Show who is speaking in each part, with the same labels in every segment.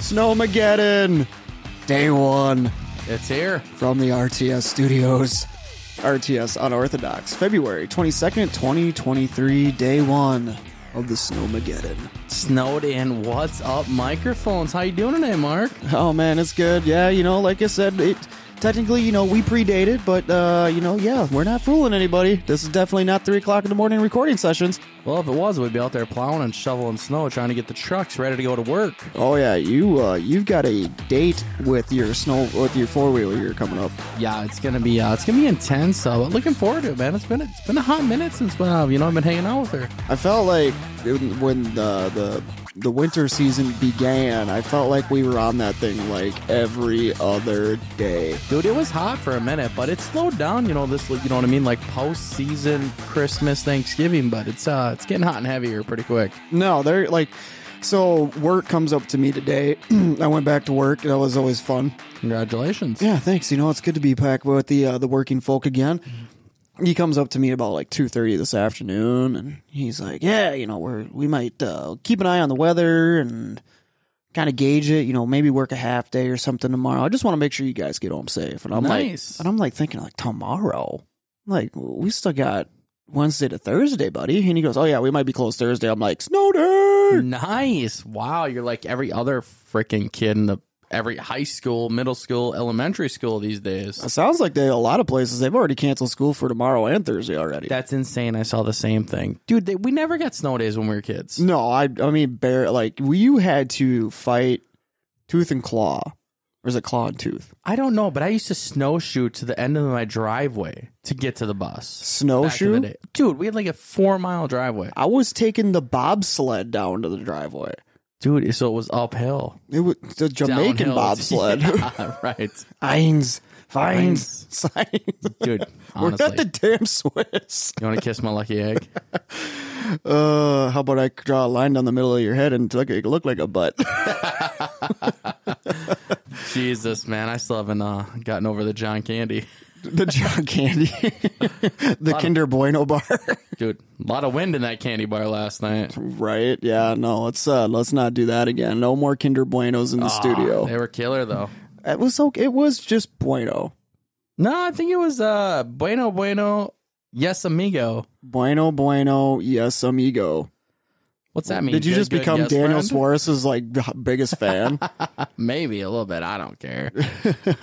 Speaker 1: Snowmageddon, day one
Speaker 2: It's here.
Speaker 1: from the RTS studios. RTS Unorthodox, February 22nd, 2023, day one of the Snowmageddon.
Speaker 2: Snowed in. What's up, microphones? How you doing today, Mark?
Speaker 1: Oh man, it's good. Yeah, you know, like I said, it technically, you know, we predate it, but uh, you know, yeah, we're not fooling anybody. This is definitely not three o'clock in the morning recording sessions.
Speaker 2: Well, if it was, we'd be out there plowing and shoveling snow, trying to get the trucks ready to go to work.
Speaker 1: Oh yeah, you uh, you've got a date with your snow with your four wheeler here coming up.
Speaker 2: Yeah, it's gonna be uh, it's gonna be intense. Uh, but looking forward to it, man. It's been it's been a hot minute since uh, you know I've been hanging out with her.
Speaker 1: I felt like it- when the the the winter season began, I felt like we were on that thing like every other day.
Speaker 2: Dude, it was hot for a minute, but it slowed down. You know this, you know what I mean, like postseason, Christmas, Thanksgiving. But it's uh it's getting hot and heavier pretty quick.
Speaker 1: No, they're like so work comes up to me today. I went back to work. That was always fun.
Speaker 2: Congratulations.
Speaker 1: Yeah, thanks. You know, it's good to be back with the uh, the working folk again. He comes up to me about like two thirty this afternoon, and he's like, "Yeah, you know, we're we might uh, keep an eye on the weather and kind of gauge it. You know, maybe work a half day or something tomorrow. I just want to make sure you guys get home safe." And I'm
Speaker 2: Nice.
Speaker 1: like, and I'm like thinking like tomorrow, I'm like we still got Wednesday to Thursday, buddy. And he goes, "Oh yeah, we might be closed Thursday." I'm like,
Speaker 2: Mm.
Speaker 1: "Snowden."
Speaker 2: Nice. Wow. You're like every other freaking kid in the every high school, middle school, elementary school these days.
Speaker 1: It sounds like they a lot of places they've already canceled school for tomorrow and Thursday already.
Speaker 2: That's insane. I saw the same thing. Dude, they, we never got snow days when we were kids.
Speaker 1: No, I I mean bear like we- you had to fight tooth and claw. Or is it claw and tooth?
Speaker 2: I don't know, but I used to snowshoe to the end of my driveway to get to the bus. back in the
Speaker 1: Snowshoe?
Speaker 2: day. Dude, we had like a four mile driveway.
Speaker 1: I was taking the bobsled down to the driveway.
Speaker 2: Dude, so it was uphill.
Speaker 1: It was the Jamaican
Speaker 2: Downhill.
Speaker 1: bobsled.
Speaker 2: Yeah, right.
Speaker 1: Heinz, Fines, Signs.
Speaker 2: Dude,
Speaker 1: We're
Speaker 2: honestly.
Speaker 1: not the damn Swiss.
Speaker 2: you want to kiss my lucky egg?
Speaker 1: Uh, how about I draw a line down the middle of your head and look, it look like a butt?
Speaker 2: Jesus, man. I still haven't uh, gotten over the John Candy.
Speaker 1: the John Candy, the Kinder Bueno bar.
Speaker 2: Dude, a lot of wind in that candy bar last night.
Speaker 1: Right? Yeah. No. Let's uh, let's not do that again. No more Kinder Buenos in the
Speaker 2: Ah,
Speaker 1: studio.
Speaker 2: They were killer though.
Speaker 1: It was so. It was just Bueno,
Speaker 2: No, I think it was uh Bueno Bueno Yes Amigo.
Speaker 1: Bueno, Bueno. Yes, amigo.
Speaker 2: What's that mean?
Speaker 1: Did you
Speaker 2: Good,
Speaker 1: just
Speaker 2: good,
Speaker 1: become
Speaker 2: yes,
Speaker 1: Daniel
Speaker 2: friend?
Speaker 1: Suarez's like biggest fan?
Speaker 2: Maybe a little bit. I don't care.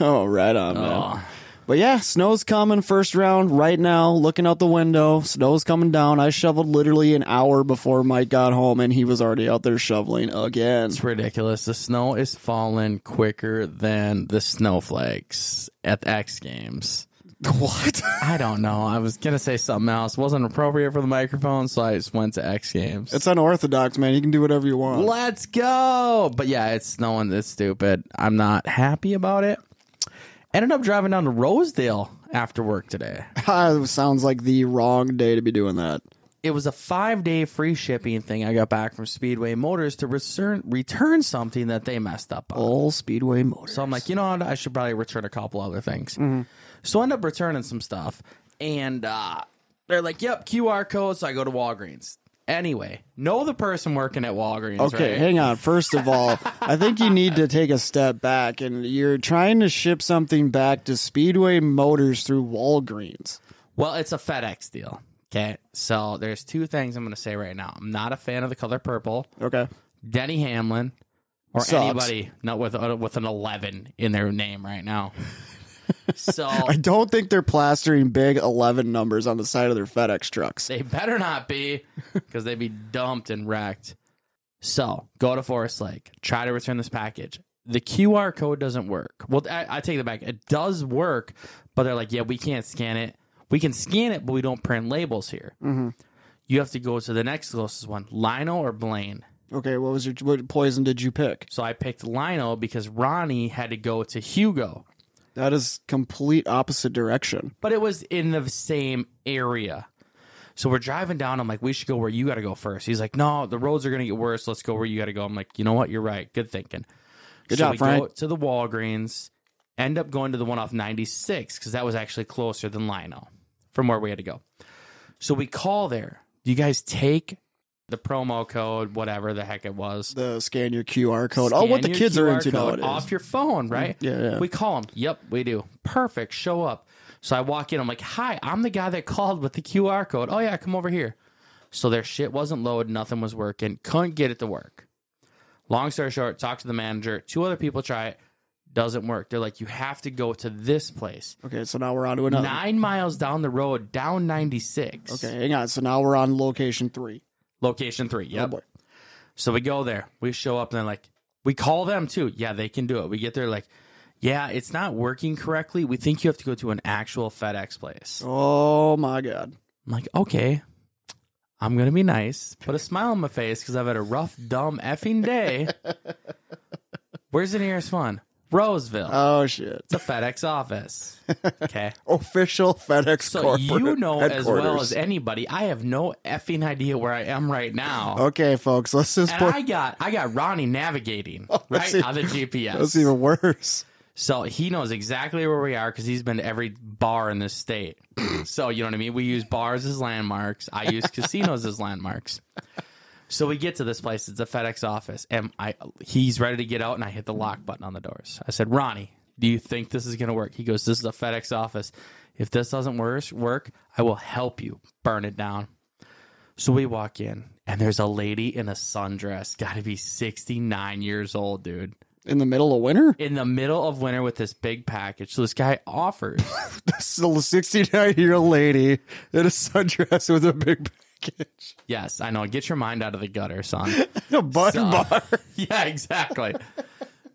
Speaker 1: oh, right on, man.
Speaker 2: Oh,
Speaker 1: But yeah, snow's coming. First round right now. Looking out the window, snow's coming down. I shoveled literally an hour before Mike got home, and he was already out there shoveling again.
Speaker 2: it's ridiculous. The snow is falling quicker than the snowflakes at the X Games.
Speaker 1: What?
Speaker 2: I don't know. I was gonna say something else. wasn't appropriate for the microphone, so I just went to X Games.
Speaker 1: it's unorthodox, man. You can do whatever you want.
Speaker 2: Let's go. But yeah, it's snowing. It's stupid. I'm not happy about it. Ended up driving down to Rosedale after work today.
Speaker 1: Ah, sounds like the wrong day to be doing that.
Speaker 2: It was a five day free shipping thing. I got back from Speedway Motors to return return something that they messed up on.
Speaker 1: All Speedway Motors.
Speaker 2: So I'm like, you know what? I should probably return a couple other things. So I end up returning some stuff, and uh, they're like, "Yep, QR code." So I go to Walgreens. Anyway, know the person working at Walgreens.
Speaker 1: okay,
Speaker 2: right?
Speaker 1: hang on. First of all, I think you need to take a step back, and you're trying to ship something back to Speedway Motors through Walgreens.
Speaker 2: Well, it's a FedEx deal. Okay. So there's two things I'm going to say right now. I'm not a fan of the color purple.
Speaker 1: Okay.
Speaker 2: Denny Hamlin or
Speaker 1: Sucks.
Speaker 2: anybody not with uh, with an 11 in their name right now. so
Speaker 1: I don't think they're plastering big 11 numbers on the side of their FedEx trucks.
Speaker 2: they better not be because they'd be dumped and wrecked. So go to Forest Lake. Try to return this package. The QR code doesn't work. Well, I, I take that back. It does work, but they're like, yeah, we can't scan it. We can scan it, but we don't print labels here. You have to go to the next closest one, Lino or Blaine.
Speaker 1: Okay, what was your what poison did you pick?
Speaker 2: So I picked Lino because Ronnie had to go to Hugo,
Speaker 1: That is complete opposite direction.
Speaker 2: but it was in the same area. So we're driving down. I'm like, we should go where you got to go first. He's like, no, the roads are going to get worse. Let's go where you got to go. I'm like, you know what? You're right. Good thinking.
Speaker 1: Good
Speaker 2: so
Speaker 1: job,
Speaker 2: we go
Speaker 1: Frank.
Speaker 2: to the Walgreens, end up going to the one off 96 because that was actually closer than Lionel from where we had to go. So we call there. Do you guys take the promo code, whatever the heck it was.
Speaker 1: The scan your QR code. oh, what the
Speaker 2: Scan your
Speaker 1: kids are
Speaker 2: QR
Speaker 1: into
Speaker 2: code
Speaker 1: nowadays. Mm-hmm.
Speaker 2: Off your phone, right?
Speaker 1: Yeah, yeah.
Speaker 2: We call them. Yep, we do. Perfect. Show up. So I walk in. I'm like, hi, I'm the guy that called with the QR code. Oh, yeah, come over here. So their shit wasn't loaded. Nothing was working. Couldn't get it to work. Long story short, talk to the manager. Two other people try it. Doesn't work. They're like, you have to go to this place.
Speaker 1: Okay, so now we're on to another.
Speaker 2: Nine miles down the road, down 96.
Speaker 1: Oh. Okay, hang on. So now we're on location three.
Speaker 2: Location three.
Speaker 1: Oh
Speaker 2: Yep.
Speaker 1: boy.
Speaker 2: So we go there. We show up and then like we call them too. Yeah, they can do it. We get there like, yeah, it's not working correctly. We think you have to go to an actual FedEx place.
Speaker 1: Oh my god.
Speaker 2: I'm like, okay, I'm gonna be nice, put a smile on my face because I've had a rough, dumb, effing day. Where's the nearest one? Roseville.
Speaker 1: Oh shit.
Speaker 2: it's a FedEx office. Okay.
Speaker 1: Official FedEx
Speaker 2: So
Speaker 1: corporate
Speaker 2: you know as well
Speaker 1: headquarters.
Speaker 2: as anybody, I have no effing idea where I am right now.
Speaker 1: Okay, folks. Let's just
Speaker 2: And
Speaker 1: put.
Speaker 2: I got I got Ronnie navigating right
Speaker 1: that's
Speaker 2: on the GPS.
Speaker 1: That's even worse.
Speaker 2: So he knows exactly where we are because he's been to every bar in this state. so you know what I mean? We use bars as landmarks. I use casinos as landmarks. So we get to this place. It's a FedEx office, and I he's ready to get out, and I hit the lock button on the doors. I said, "Ronnie, do you think this is going to work?" He goes, "This is a FedEx office. If this doesn't wor- work, I will help you burn it down." So we walk in, and there's a lady in a sundress. Got to be sixty nine years old, dude
Speaker 1: In the middle of winter,
Speaker 2: in the middle of winter with this big package. So this guy offers.
Speaker 1: this is a sixty-nine-year-old lady in a sundress with a big package,
Speaker 2: yes, I know. Get your mind out of the gutter, son.
Speaker 1: a bun
Speaker 2: So-
Speaker 1: bar.
Speaker 2: yeah, exactly.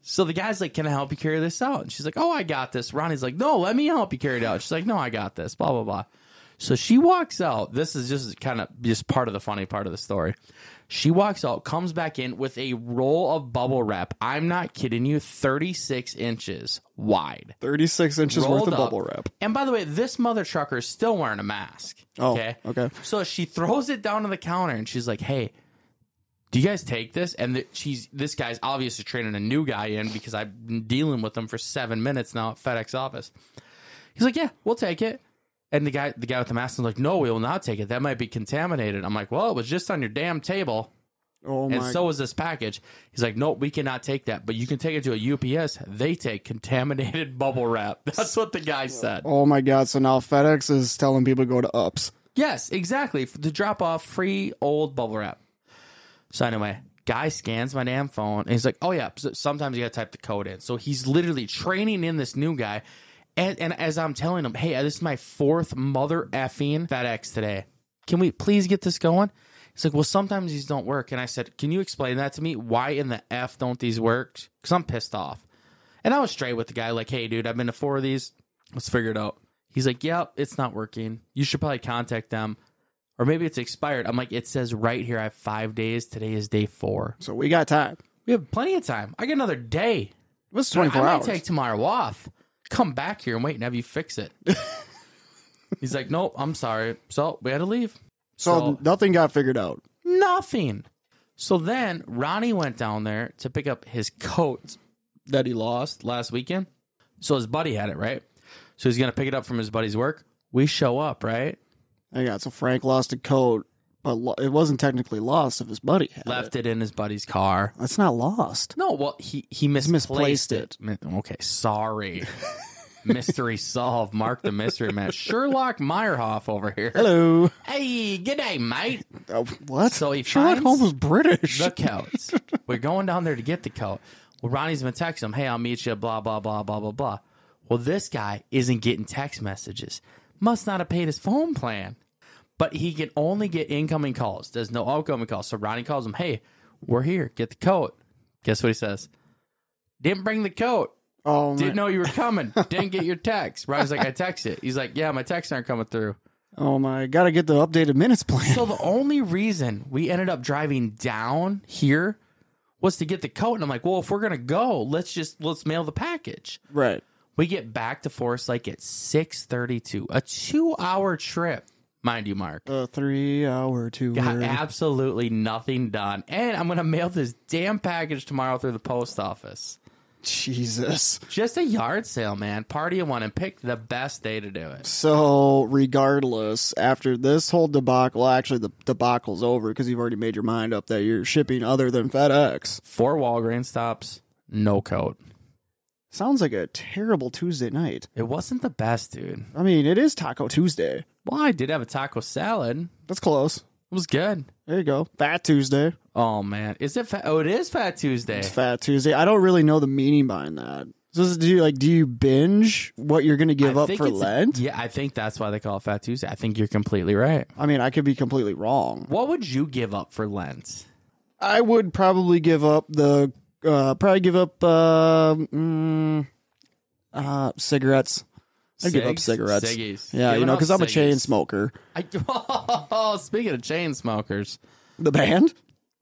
Speaker 2: So the guy's like, "Can I help you carry this out?" And she's like, "Oh, I got this." Ronnie's like, "No, let me help you carry it out." She's like, "No, I got this." Blah blah blah. So she walks out. This is just kind of just part of the funny part of the story. She walks out, comes back in with a roll of bubble wrap. I'm not kidding you, 36 inches wide.
Speaker 1: Thirty-six inches
Speaker 2: rolled
Speaker 1: worth of
Speaker 2: up.
Speaker 1: bubble wrap.
Speaker 2: And by the way, this mother trucker is still wearing a mask.
Speaker 1: Oh, okay.
Speaker 2: So she throws it down on the counter and she's like, "Hey, do you guys take this?" And the, she's this guy's obviously training a new guy in because I've been dealing with him for seven minutes now at FedEx office. He's like, "Yeah, we'll take it." And the guy, the guy with the mask, is like, "No, we will not take it. That might be contaminated." I'm like, "Well, it was just on your damn table."
Speaker 1: Oh
Speaker 2: and
Speaker 1: my!
Speaker 2: so is this package. He's like, nope, we cannot take that, but you can take it to a UPS. They take contaminated bubble wrap. That's what the guy said.
Speaker 1: oh my God! So now FedEx is telling people to go to Ups.
Speaker 2: Yes, exactly. The drop off free old bubble wrap. So anyway, guy scans my damn phone and he's like, "Oh yeah, so sometimes you got to type the code in." So he's literally training in this new guy, and, and as I'm telling him, "Hey, uh, this is my fourth mother effing FedEx today. Can we please get this going?" He's like, "Well, sometimes these don't work." And I said, "Can you explain that to me? Why in the f don't these work?" Because I'm pissed off. And I was straight with the guy, like, "Hey, dude, I've been to four of these. Let's figure it out." He's like, "Yep, it's not working. You should probably contact them." Or maybe it's expired. I'm like, it says right here, I have five days. Today is day four.
Speaker 1: So we got time.
Speaker 2: We have plenty of time. I get another day.
Speaker 1: It was
Speaker 2: I
Speaker 1: twenty-four
Speaker 2: might
Speaker 1: hours.
Speaker 2: take tomorrow off. Come back here and wait and have you fix it. He's like, nope, I'm sorry. So we had to leave.
Speaker 1: so
Speaker 2: so-
Speaker 1: nothing got figured out.
Speaker 2: Nothing. So then Ronnie went down there to pick up his coat that he lost last weekend. So his buddy had it, right? So he's going to pick it up from his buddy's work. We show up, right?
Speaker 1: Hang on. So Frank lost a coat, but lo- it wasn't technically lost if his buddy had it.
Speaker 2: Left it in his buddy's car.
Speaker 1: That's not lost.
Speaker 2: No, well, he he misplaced,
Speaker 1: misplaced
Speaker 2: it. Mi- Okay, sorry. mystery solved. Mark the mystery man. Sherlock Meyerhoff over here.
Speaker 1: Hello.
Speaker 2: Hey, good day, mate.
Speaker 1: Oh, what?
Speaker 2: So he
Speaker 1: Sherlock
Speaker 2: finds
Speaker 1: Holmes was British.
Speaker 2: the coats. We're going down there to get the coat. Well, Ronnie's been texting him, "Hey, I'll meet you." Blah blah blah blah blah blah. Well, this guy isn't getting text messages. Must not have paid his phone plan. But he can only get incoming calls. There's no outgoing calls. So Ronnie calls him, "Hey, we're here. Get the coat." Guess what he says? Didn't bring the coat.
Speaker 1: oh, my,
Speaker 2: Didn't know you were coming. Didn't get your text. Ronnie's like, I texted. He's like, Yeah, my texts aren't coming through.
Speaker 1: oh my. Gotta get the updated minutes plan.
Speaker 2: So the only reason we ended up driving down here was to get the coat. And I'm like, Well, if we're gonna go, let's just let's mail the package.
Speaker 1: right.
Speaker 2: We get back to Forest Lake at six thirty two. A two hour trip, mind you, Mark.
Speaker 1: A three hour tour.
Speaker 2: Got absolutely nothing done. And I'm gonna mail this damn package tomorrow through the post office.
Speaker 1: Jesus.
Speaker 2: Just a yard sale, man. Party of one and pick the best day to do it.
Speaker 1: So, regardless, after this whole debacle, actually, the debacle's over because you've already made your mind up that you're shipping other than FedEx.
Speaker 2: Four Walgreens stops, no coat.
Speaker 1: Sounds like a terrible Tuesday night.
Speaker 2: It wasn't the best, dude.
Speaker 1: I mean, it is Taco Tuesday.
Speaker 2: Well, I did have a taco salad. It
Speaker 1: That's close.
Speaker 2: was good.
Speaker 1: There you go. Fat Tuesday.
Speaker 2: Oh man, is it? Fat? Oh, it is Fat Tuesday.
Speaker 1: It's Fat Tuesday. I don't really know the meaning behind that. So, this- do you like do you binge what you're going to give
Speaker 2: I
Speaker 1: up
Speaker 2: think
Speaker 1: for
Speaker 2: it's-
Speaker 1: Lent?
Speaker 2: Yeah, I think that's why they call it Fat Tuesday. I think you're completely right.
Speaker 1: I mean, I could be completely wrong.
Speaker 2: What would you give up for Lent?
Speaker 1: I would probably give up the uh, probably give up uh, mm, uh, cigarettes. I give up
Speaker 2: Cigs?
Speaker 1: cigarettes.
Speaker 2: Ciggies.
Speaker 1: Yeah, you
Speaker 2: Giving
Speaker 1: know,
Speaker 2: up
Speaker 1: because I'm a
Speaker 2: ciggies.
Speaker 1: chain smoker.
Speaker 2: I, oh, speaking of chain smokers,
Speaker 1: The band,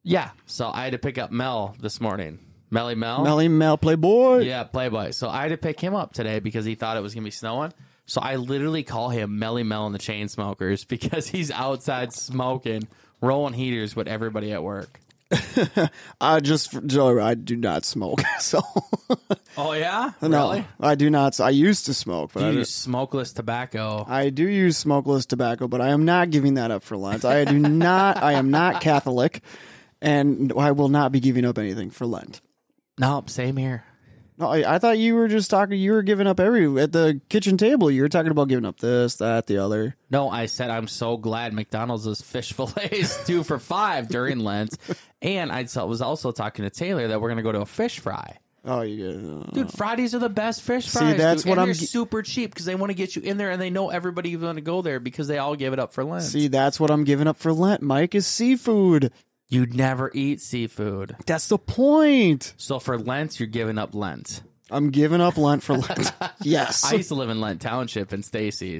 Speaker 2: yeah. So I had to pick up Mel this morning. Melly Mel.
Speaker 1: Melly Mel Playboy.
Speaker 2: Yeah, Playboy. So I had to pick him up today because he thought it was gonna be snowing. So I literally call him Melly Mel and the Chain Smokers because he's outside smoking, rolling heaters with everybody at work.
Speaker 1: I just Joe, I do not smoke, so
Speaker 2: Oh yeah,
Speaker 1: no,
Speaker 2: Really?
Speaker 1: I do not. I used to smoke, but
Speaker 2: You
Speaker 1: I,
Speaker 2: use smokeless tobacco.
Speaker 1: I do use smokeless tobacco, but I am not giving that up for Lent. I do not. I am not Catholic, and I will not be giving up anything for Lent.
Speaker 2: Nope, same here.
Speaker 1: No, I, I thought you were just talking. You were giving up every at the kitchen table. You were talking about giving up this, that, the other.
Speaker 2: No, I said I'm so glad McDonald's is fish fillets two for five during Lent, and I saw- was also talking to Taylor that we're gonna go to a fish fry.
Speaker 1: Oh, you get.
Speaker 2: Dude, Fridays are the best fish fries.
Speaker 1: that's
Speaker 2: dude.
Speaker 1: what
Speaker 2: and
Speaker 1: I'm
Speaker 2: They're
Speaker 1: ge-
Speaker 2: super cheap because they want to get you in there, and they know everybody's going to go there because they all give it up for Lent.
Speaker 1: See, that's what I'm giving up for Lent. Mike is seafood.
Speaker 2: You'd never eat seafood,
Speaker 1: That's the point.
Speaker 2: so for Lent, you're giving up Lent.
Speaker 1: I'm giving up Lent for Lent. yes,
Speaker 2: I used to live in Lent Township in Stacy,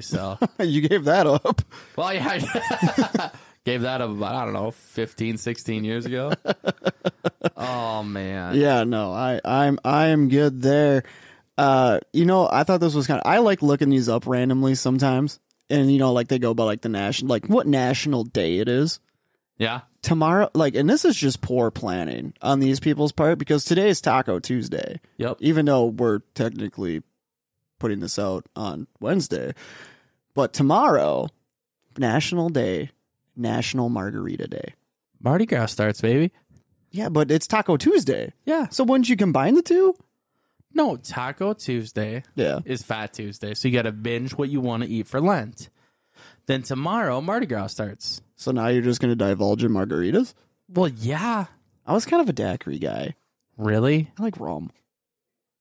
Speaker 2: so
Speaker 1: you gave that up.
Speaker 2: well, yeah, I gave that up about I don't know 15, 16 years ago. oh man,
Speaker 1: Yeah, no, I, I'm, I am good there. Uh, you know, I thought this was kind of. I like looking these up randomly sometimes, and you know, like they go by like the national, like what national day it is.
Speaker 2: yeah.
Speaker 1: tomorrow like and this is just poor planning on these people's part because today is taco tuesday
Speaker 2: Yep.
Speaker 1: even though we're technically putting this out on wednesday but tomorrow national day national margarita day
Speaker 2: Mardi Gras starts, baby.
Speaker 1: yeah but it's taco tuesday
Speaker 2: Yeah.
Speaker 1: so wouldn't you combine the two
Speaker 2: No, Taco Tuesday
Speaker 1: yeah
Speaker 2: is Fat Tuesday, so you got to binge what you want to eat for Lent. Then tomorrow, Mardi Gras starts.
Speaker 1: so now you're just gonna divulge in margaritas
Speaker 2: Well, yeah.
Speaker 1: i was kind of a daiquiri guy
Speaker 2: Really?
Speaker 1: i like rum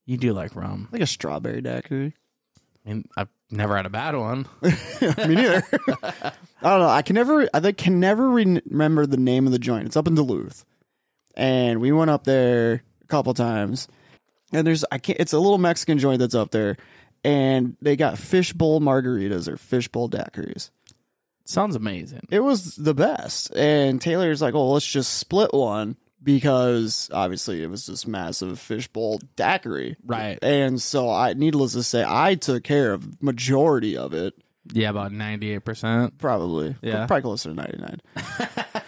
Speaker 2: You do like rum.
Speaker 1: I like a strawberry daiquiri
Speaker 2: I mean, I've never had a bad one.
Speaker 1: Me neither. I don't know. I can never. I think- can never re- remember the name of the joint. It's up in Duluth, and we went up there a couple times. And there's I can't. It's a little Mexican joint that's up there, and they got fishbowl margaritas or fishbowl daiquiris.
Speaker 2: Sounds amazing.
Speaker 1: It was the best. And Taylor's like, "Oh, let's just split one." Because obviously it was this massive fishbowl daiquiri,
Speaker 2: Right.
Speaker 1: And so I, needless to say, I took care of majority of it.
Speaker 2: Yeah, about 98%.
Speaker 1: Probably.
Speaker 2: Yeah.
Speaker 1: Probably closer to 99.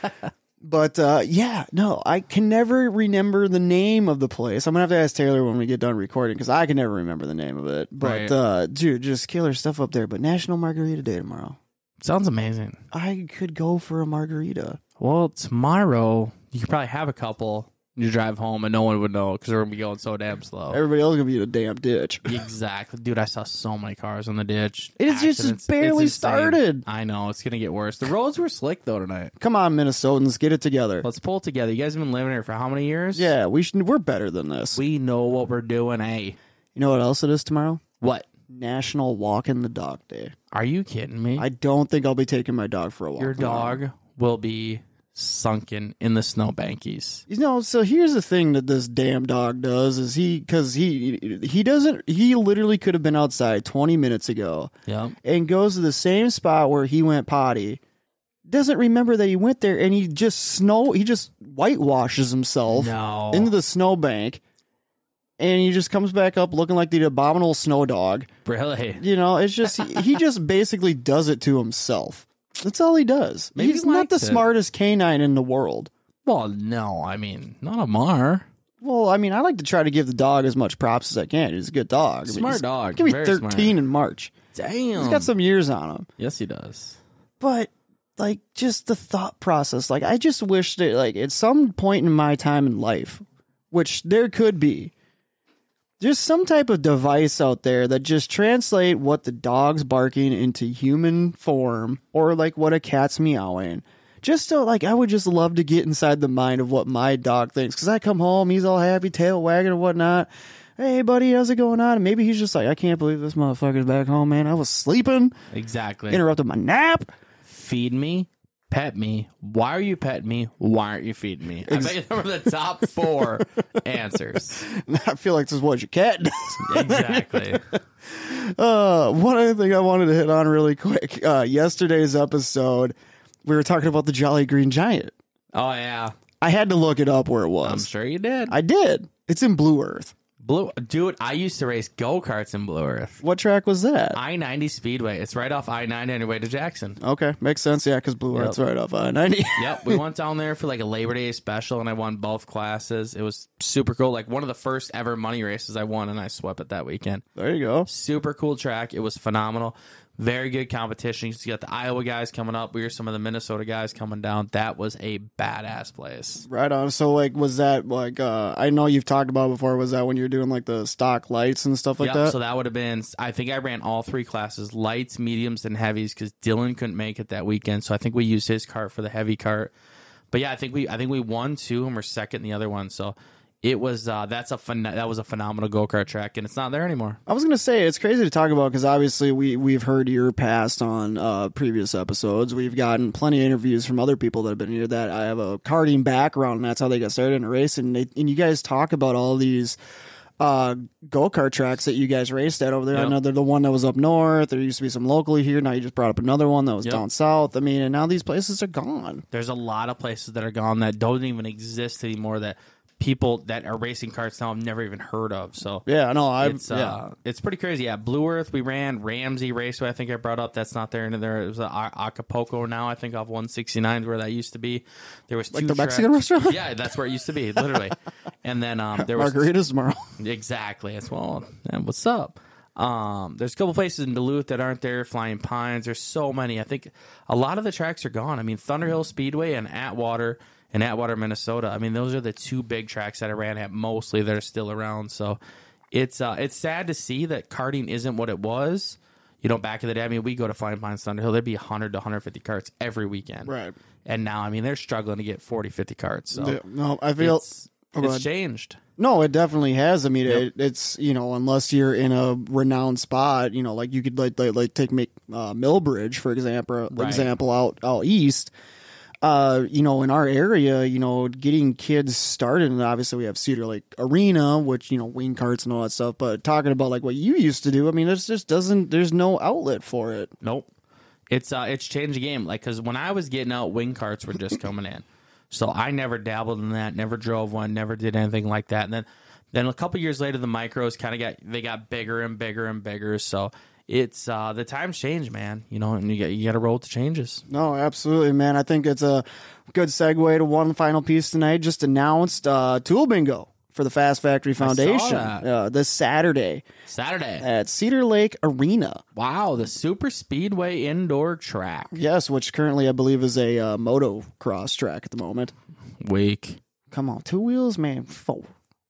Speaker 1: but uh, yeah, no, I can never remember the name of the place. I'm going to have to ask Taylor when we get done recording because I can never remember the name of it. But
Speaker 2: Right.
Speaker 1: uh, dude, just killer stuff up there. But National Margarita Day tomorrow.
Speaker 2: Sounds amazing.
Speaker 1: I could go for a margarita.
Speaker 2: Well, tomorrow, you could probably have a couple. You drive home and no one would know because we're going to be going so damn slow.
Speaker 1: Everybody else is going to be in a damn ditch.
Speaker 2: Exactly. Dude, I saw so many cars on the ditch.
Speaker 1: It is just
Speaker 2: Accidents.
Speaker 1: barely
Speaker 2: It's insane.
Speaker 1: started.
Speaker 2: I know. It's going to get worse. The roads were slick, though, tonight.
Speaker 1: Come on, Minnesotans, get it together.
Speaker 2: Let's pull it together. You guys have been living here for how many years?
Speaker 1: yeah, we should, we're better than this.
Speaker 2: We know what we're doing, eh?
Speaker 1: you know what else it is tomorrow?
Speaker 2: What?
Speaker 1: National Walk in the Dog Day.
Speaker 2: Are you kidding me?
Speaker 1: I don't think I'll be taking my dog for a walk.
Speaker 2: Your
Speaker 1: tomorrow.
Speaker 2: dog will be sunken in the snowbankies.
Speaker 1: You know, so here's the thing that this damn dog does is he because he he doesn't he literally could have been outside 20 minutes ago
Speaker 2: Yep.
Speaker 1: and goes to the same spot where he went potty, doesn't remember that he went there, and he just snow he just whitewashes himself
Speaker 2: No.
Speaker 1: into the snowbank, and he just comes back up looking like the abominable snow dog.
Speaker 2: really?
Speaker 1: You know, it's just he, he just basically does it to himself. That's all he does.
Speaker 2: Maybe he
Speaker 1: He's not the
Speaker 2: likes it.
Speaker 1: smartest canine in the world.
Speaker 2: Well, no. I mean, not a Mar.
Speaker 1: Well, I mean, I like to try to give the dog as much props as I can. He's a good dog. I mean,
Speaker 2: Smart
Speaker 1: he's-
Speaker 2: dog.
Speaker 1: Give me
Speaker 2: Very
Speaker 1: 13
Speaker 2: smart. Hmm.
Speaker 1: in March.
Speaker 2: Damn.
Speaker 1: He's got some years on him.
Speaker 2: yes, he does.
Speaker 1: But like just the thought process, like I just wish that like at some point in my time in life, which there could be, there's some type of device out there that just translate what the dog's barking into human form or like what a cat's meowing. Just so like I would just love to get inside the mind of what my dog thinks cuz I come home, he's all happy, tail wagging and whatnot. Hey buddy, how's it going on? And maybe he's just like, I can't believe this motherfucker's back home, man. I was sleeping,
Speaker 2: Exactly.
Speaker 1: interrupted my nap.
Speaker 2: Feed me, pet me. Why are you petting me? Why aren't you feeding me? I bet you those were the top four answers.
Speaker 1: I feel like this is what your cat does.
Speaker 2: Exactly.
Speaker 1: Uh, one other thing I wanted to hit on really quick. Uh, yesterday's episode, we were talking about the Jolly Green Giant.
Speaker 2: Oh yeah,
Speaker 1: I had to look it up where it
Speaker 2: I'm
Speaker 1: was.
Speaker 2: sure you did.
Speaker 1: I did. It's in Blue Earth.
Speaker 2: Blue, dude. I used to race go karts in Blue Earth.
Speaker 1: What track was that?
Speaker 2: I ninety Speedway. It's right off I ninety on your way to Jackson.
Speaker 1: Okay, makes sense. Yeah, because Blue Earth's right off I ninety.
Speaker 2: Yep, we went down there for like a Labor Day special, and I won both classes. It was super cool. Like one of the first ever money races I won, and I swept it that weekend.
Speaker 1: There you go.
Speaker 2: Super cool track. It was phenomenal. Very good competition. You got the Iowa guys coming up. We were some of the Minnesota guys coming down. That was a badass place.
Speaker 1: Right on. So, like, was that like? uh I know you've talked about it before. Was that when you're doing like the stock lights and stuff like
Speaker 2: yep.
Speaker 1: that?
Speaker 2: So that would have been. I think I ran all three classes: lights, mediums, and heavies, because Dylan couldn't make it that weekend. So I think we used his cart for the heavy cart. But yeah, I think we I think we won two and we're second in the other one. So it was uh, that's a phen- that was a phenomenal go kart track, and it's not there anymore.
Speaker 1: I was gonna say it's crazy to talk about because obviously we we've heard your past on uh, previous episodes. We've gotten plenty of interviews from other people that have been here that I have a karting background, and that's how they got started in racing. And, they, and you guys talk about all these uh, go kart tracks that you guys raced at over there. I
Speaker 2: Yep.
Speaker 1: know they're the one that was up north. There used to be some locally here. Now you just brought up another one that was
Speaker 2: Yep.
Speaker 1: down south. I mean, and now these places are gone.
Speaker 2: There's a lot of places that are gone that don't even exist anymore. That people that are racing carts now have never even heard of. So
Speaker 1: Yeah, I know. I
Speaker 2: It's uh,
Speaker 1: yeah.
Speaker 2: it's pretty crazy. Yeah, Blue Earth. We ran Ramsey Raceway. I think I brought up that's not there anymore. It was uh, A- Acapulco now. I think off 169 is where that used to be. There was
Speaker 1: like
Speaker 2: two
Speaker 1: the
Speaker 2: tracks-
Speaker 1: Mexican restaurant.
Speaker 2: Yeah, that's where it used to be, literally. and then um, there was
Speaker 1: Margaritas tomorrow.
Speaker 2: exactly. It's well, and what's up? Um, there's a couple places in Duluth that aren't there. Flying Pines. There's so many. I think a lot of the tracks are gone. I mean, Thunderhill Speedway and Atwater and Atwater, Minnesota. I mean, those are the two big tracks that I ran at mostly that are still around. So it's uh, it's sad to see that karting isn't what it was. You know, back in the day, I mean, we go to Flying Pines Thunderhill. There'd be 100 to 150 carts every weekend.
Speaker 1: Right.
Speaker 2: And now, I mean, they're struggling to get 40, 50 carts. So
Speaker 1: Yeah, no, I feel
Speaker 2: it's,
Speaker 1: Oh, go
Speaker 2: it's
Speaker 1: ahead.
Speaker 2: changed.
Speaker 1: No, it definitely has. I mean, it, it's you know, unless you're in a renowned spot, you know, like you could like like, like take make uh, Millbridge for example, uh,
Speaker 2: Right.
Speaker 1: example out out east. Uh, you know, in our area, you know, getting kids started, and obviously we have Cedar Lake Arena, which you know, wing carts and all that stuff. But talking about like what you used to do, I mean, there's just doesn't there's no outlet for it.
Speaker 2: Nope. It's uh, it's changed the game. Like, cause when I was getting out, wing carts were just coming in, so I never dabbled in that, never drove one, never did anything like that. And then, then a couple years later, the micros kind of got they got bigger and bigger and bigger. So it's uh, the times change, man. You know, and you got you got to roll with the changes.
Speaker 1: No, absolutely, man. I think it's a good segue to one final piece tonight. Just announced uh, Tool Bingo for the Fast Factory Foundation
Speaker 2: that.
Speaker 1: uh, this Saturday
Speaker 2: Saturday.
Speaker 1: at Cedar Lake Arena.
Speaker 2: Wow, the super speedway indoor track
Speaker 1: Yes, which currently I believe is a uh, moto cross track at the moment.
Speaker 2: week.
Speaker 1: Come on, two wheels, man. Four.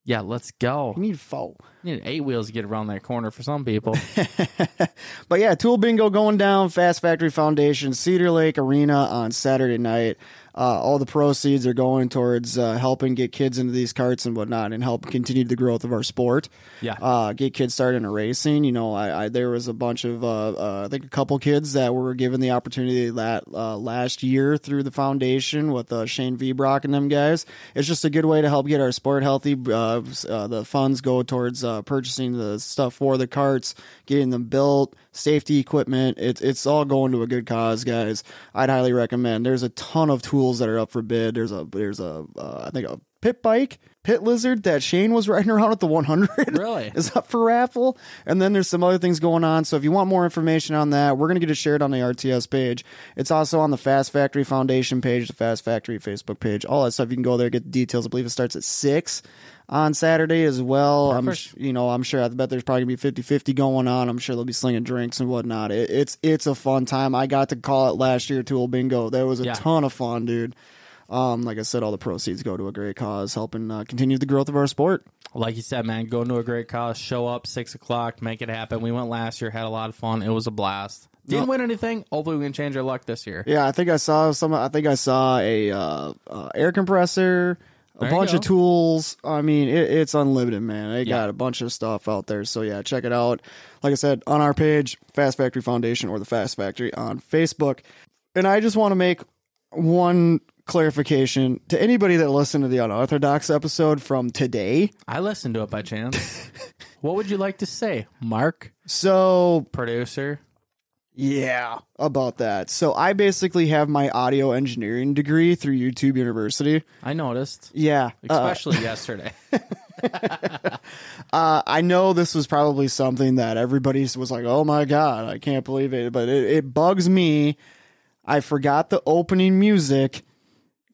Speaker 2: Yeah, let's go.
Speaker 1: You need four.
Speaker 2: You need eight wheels to get around that corner for some people.
Speaker 1: But yeah, Tool Bingo going down, Fast Factory Foundation, Cedar Lake Arena on Saturday night. Uh, all the proceeds are going towards uh, helping get kids into these carts and whatnot and help continue the growth of our sport.
Speaker 2: Yeah.
Speaker 1: Uh, get kids started in racing. You know, I, I there was a bunch of, uh, uh, I think a couple kids that were given the opportunity that uh, last year through the foundation with uh, Shane Vibrock and them guys. It's just a good way to help get our sport healthy. Uh, s- uh, the funds go towards uh, purchasing the stuff for the carts, getting them built, safety equipment. It's it's all going to a good cause, guys. I'd highly recommend. There's a ton of tools that are up for bid. There's a there's a uh, I think a pit bike, pit lizard that Shane was riding around at the 100.
Speaker 2: Really?
Speaker 1: is up for raffle. And then there's some other things going on. So if you want more information on that, we're going to get it shared on the RTS page. It's also on the Fast Factory Foundation page, the Fast Factory Facebook page, all that stuff. You can go there, get the details. I believe it starts at 6 on Saturday as well. I'm sh- you know, I'm sure I bet there's probably going to be 50-50 going on. I'm sure they'll be slinging drinks and whatnot. It, it's it's a fun time. I got to call it last year Tool Bingo. That was a
Speaker 2: Yeah.
Speaker 1: ton of fun, dude. Um, like I said, all the proceeds go to a great cause, helping uh, continue the growth of our sport.
Speaker 2: Like you said, man, go into a great cause, show up six o'clock, make it happen. We went last year, had a lot of fun. It was a blast. Didn't win anything. Hopefully, we can change our luck this year.
Speaker 1: Yeah, I think I saw some. I think I saw a uh, uh, air compressor, a
Speaker 2: There you
Speaker 1: bunch of
Speaker 2: go.
Speaker 1: tools. I mean, it, it's unlimited, man. They
Speaker 2: Yeah.
Speaker 1: got a bunch of stuff out there. So yeah, check it out. Like I said, on our page, Fast Factory Foundation or the Fast Factory on Facebook. And I just want to make one clarification to anybody that listened to the unorthodox episode from today.
Speaker 2: I listened to it by chance. what would you like to say, Mark,
Speaker 1: So
Speaker 2: producer?
Speaker 1: Yeah, about that. So I basically have my audio engineering degree through YouTube University.
Speaker 2: I noticed,
Speaker 1: Yeah, uh,
Speaker 2: especially yesterday.
Speaker 1: uh, I know this was probably something that everybody was like, "Oh my god, I can't believe it," but it, it bugs me. I forgot the opening music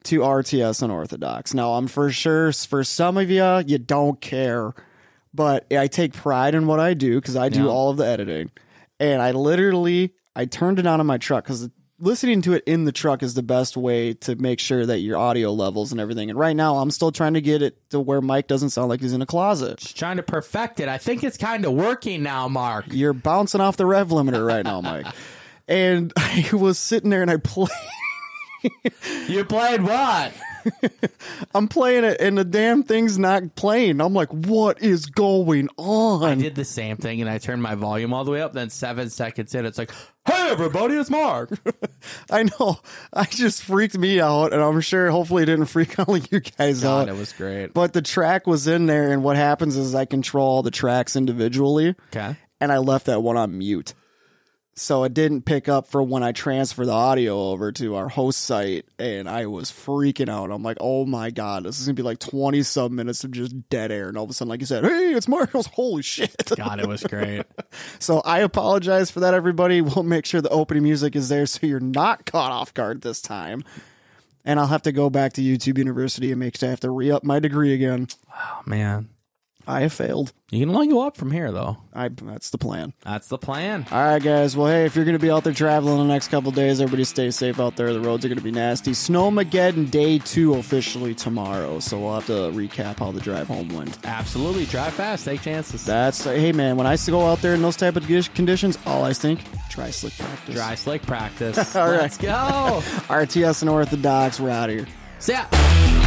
Speaker 1: to RTS Unorthodox. Now I'm for sure for some of you, you don't care, but I take pride in what I do because I do
Speaker 2: Yeah.
Speaker 1: all of the editing, and I literally I turned it on in my truck because. Listening to it in the truck is the best way to make sure that your audio levels and everything. And right now, I'm still trying to get it to where Mike doesn't sound like he's in a closet.
Speaker 2: Trying to perfect it. I think it's kind of working now, Mark.
Speaker 1: You're bouncing off the rev limiter right now, Mike. and I was sitting there and I play
Speaker 2: You played what?
Speaker 1: I'm playing it and the damn thing's not playing. I'm like, what is going
Speaker 2: I
Speaker 1: on?
Speaker 2: did the same thing, and I turned my volume all the way up. Then seven seconds in, it's like, "Hey, everybody, it's Mark."
Speaker 1: Uh, I know. I just freaked me out and I'm sure hopefully it didn't freak all of you guys
Speaker 2: God,
Speaker 1: out.
Speaker 2: it was great.
Speaker 1: But the track was in there and what happens is I control all the tracks individually
Speaker 2: Okay.
Speaker 1: and I left that one on mute. So it didn't pick up for when I transfer the audio over to our host site, and I was freaking out. I'm like, "Oh my god, this is gonna be like 20 sub minutes of just dead air." And all of a sudden, like you said, "Hey, it's Mario's!" Holy shit!
Speaker 2: God, it was great.
Speaker 1: so I apologize for that, everybody. We'll make sure the opening music is there so you're not caught off guard this time. And I'll have to go back to YouTube University and make sure I have to re up my degree again.
Speaker 2: Oh man,
Speaker 1: I have failed.
Speaker 2: you can only go up from here, though.
Speaker 1: I that's the plan.
Speaker 2: That's the plan.
Speaker 1: All right, guys. Well, hey, if you're going to be out there traveling the next couple days, everybody stay safe out there. The roads are going to be nasty. Snowmageddon day two officially tomorrow, so we'll have to recap how the drive home went.
Speaker 2: Absolutely, drive fast, take chances.
Speaker 1: That's hey, man. When I used to go out there in those type of gish- conditions, all I think try slick practice.
Speaker 2: Dry slick practice.
Speaker 1: All right.
Speaker 2: Let's go.
Speaker 1: RTS and Orthodox. We're out of here.
Speaker 2: See ya.